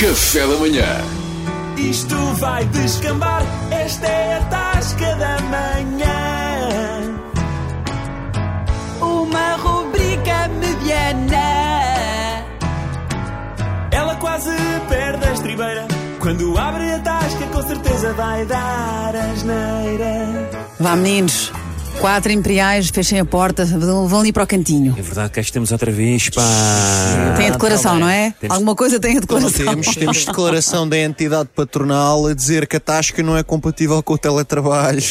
Café da Manhã Isto vai descambar. Esta é a tasca da manhã. Uma rubrica mediana. Ela quase perde a estribeira. Quando abre a tasca, com certeza vai dar asneira. Vá, meninos. Quatro imperiais, fechem a porta, vão vão ali para o cantinho. É verdade que cá estamos outra vez, pá. Tem a declaração, não é? Ah, tá Temos- Alguma coisa tem a declaração. Temos, temos declaração da entidade patronal a dizer que a tasca não é compatível com o teletrabalho.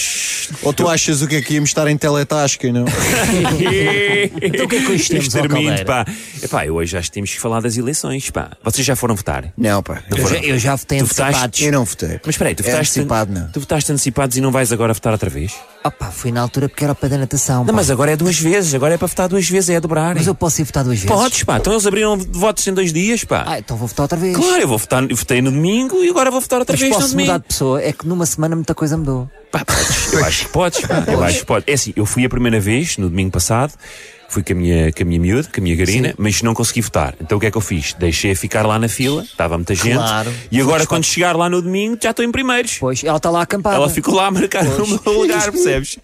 Ou tu achas o que é que íamos estar em teletasca, não? então o que é que hoje temos, ó, termino, Caldeira? pá? Epá, eu hoje acho que temos que falar das eleições, pá. Vocês já foram votar? Não, pá. Eu já, eu já votei Tu votaste? antecipados. Eu não votei. Mas espera aí, tu É votaste, antecipado, não. tu votaste antecipados e não vais agora votar outra vez? Opa, fui na altura porque era o pé da natação. Não, pá. mas agora é duas vezes, agora é para votar duas vezes, é a dobrar. Mas eu posso ir votar duas vezes. Podes, pá. Então eles abriram votos em dois dias, pá. Ah, então vou votar outra vez. Claro, eu vou votar, eu votei no domingo e agora vou votar outra Mas vez no posso domingo. mudar de pessoa. É que numa semana muita coisa mudou. Pá, podes, eu acho que podes, pá, eu acho que podes. É assim, eu fui a primeira vez, no domingo passado, fui com a minha, com a minha miúda, com a minha garina, mas não consegui votar. Então o que é que eu fiz? Deixei a ficar lá na fila, estava muita gente, Claro. e agora quando chegar lá no domingo já estou em primeiros. Pois, ela está lá acampada. Ela ficou lá a marcar no meu lugar, percebes?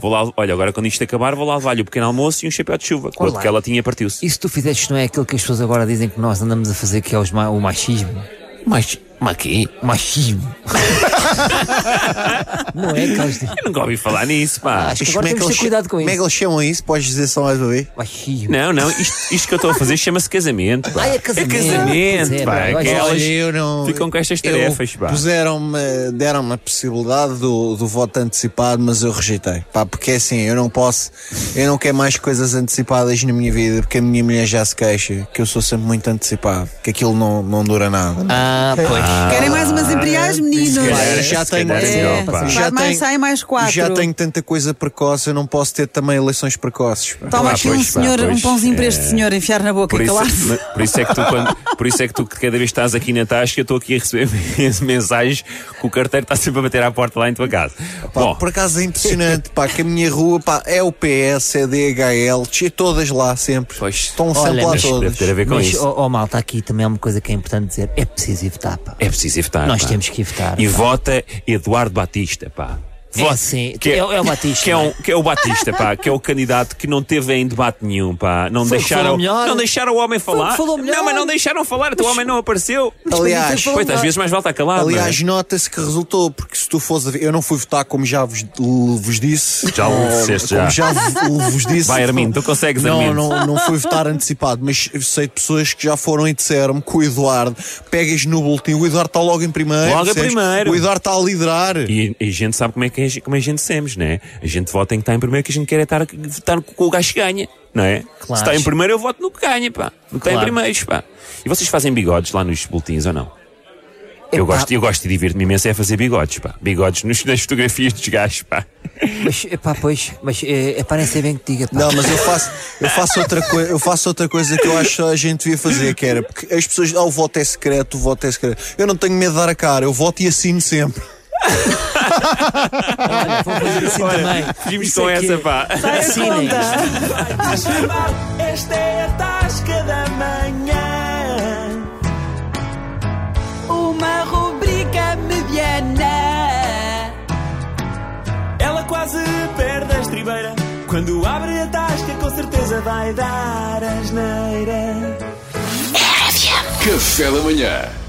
Vou lá, olha, agora quando isto acabar, vou lá levar-lhe o pequeno almoço e um chapéu de chuva, Olá. porque ela tinha partiu-se. E se tu fizeste não é aquilo que as pessoas agora dizem que nós andamos a fazer, que é os ma- o machismo? Mas, mas quê? Machismo. não é que eles dizem. Eu nunca ouvi falar nisso, pá. Acho que Mas agora como é que temos de eles ter ch- cuidado com Como é que isso. eles chamam isso? Podes dizer só mais uma vez? Machismo. Não, não, isto, isto que eu estou a fazer chama-se casamento. Pá. Ah, é casamento. É casamento, Pois é, pá. pá, que olha, elas eu não. ficam com estas eu- tarefas, pá. Puseram-me, deram-me a possibilidade do, do voto antecipado, mas eu rejeitei. Pá, porque é assim, eu não posso, eu não quero mais coisas antecipadas na minha vida, porque a minha mulher já se queixa que eu sou sempre muito antecipado, que aquilo não, não dura nada. Ah, pois. Querem mais Ah, umas imperiais, meninos? Pá, calhar, eu já se tenho, calhar é É, melhor, pá. já vai mais, tenho- sai mais quatro. já tenho tanta coisa precoce, eu não posso ter também eleições precoces. pá. Toma Ah, aqui um pois, pá, senhor, um pois, pãozinho para é. este senhor enfiar na boca Por e isso, calar-se. ma- por isso é que tu, quando, por isso é que tu, cada vez que estás aqui na Tasca, eu estou aqui a receber mensagens que o carteiro está sempre a bater à porta lá em tua casa. Pá, Bom, por acaso é impressionante, pá, que a minha rua pá, é o PS, é DHL, tch- todas lá sempre. Pois. Estão sempre Olha, lá mas deve todas. ter a ver com Mas, oh, isso. ó ó, malta, aqui também há uma coisa que é importante dizer: é preciso ir votar, pá. É preciso ir votar. Nós pá. temos que ir votar. E pá. vota Eduardo Batista, pá. É, Vota- sim. É- é o Batista, Que é, não é? um- que é o Batista, pá. Que é o candidato que não teve em debate nenhum, pá. Não, Foi o que deixaram, falou melhor. não deixaram o homem que falar. falou melhor. Não, mas não deixaram falar. Então o homem não apareceu. Aliás, falou Pois, às melhor. vezes mais volta a calar. Aliás, nota-se que resultou, porque se tu fores a ver, eu não fui votar como já vos, vos disse. Já o Ou- disseste, como já. já v- vos disse. Vai, Armin, tu consegues, Armin. Não, não, não fui votar antecipado, mas eu sei de pessoas que já foram e disseram-me que o Eduardo pegas no boletim, o Eduardo está logo em primeiro. Logo em percebes? primeiro. O Eduardo está a liderar. E, e a gente sabe como é que é, como é que a gente semos, né? A gente vota em que está em primeiro, que a gente quer é estar, votar com o gajo que ganha, não é? Se está em primeiro, eu voto no que ganha, pá. No que está em Claro. primeiro, pá. E vocês fazem bigodes lá nos boletins ou não? Eu Epá. gosto, eu gosto e divirto-me imenso é fazer bigodes, pá. Bigodes nos, nas fotografias dos gajos, pá. Mas, epá, pois, mas é, epá, nem sei bem que diga, pá. Não, mas eu faço, eu faço outra coisa, eu faço outra coisa que eu acho que a gente devia fazer, que era porque as pessoas, ah, o voto é secreto, o voto é secreto. Eu não tenho medo de dar a cara, eu voto e assino sempre. Olha, vou fazer assim também. Vimos Isso com é que essa, é. pá. Assinem. Vai descambar. Esta é a tasca da manhã. Uma rubrica mediana. Ela quase perde a estribeira. Quando abre a tasca, com certeza vai dar asneira. Café da Manhã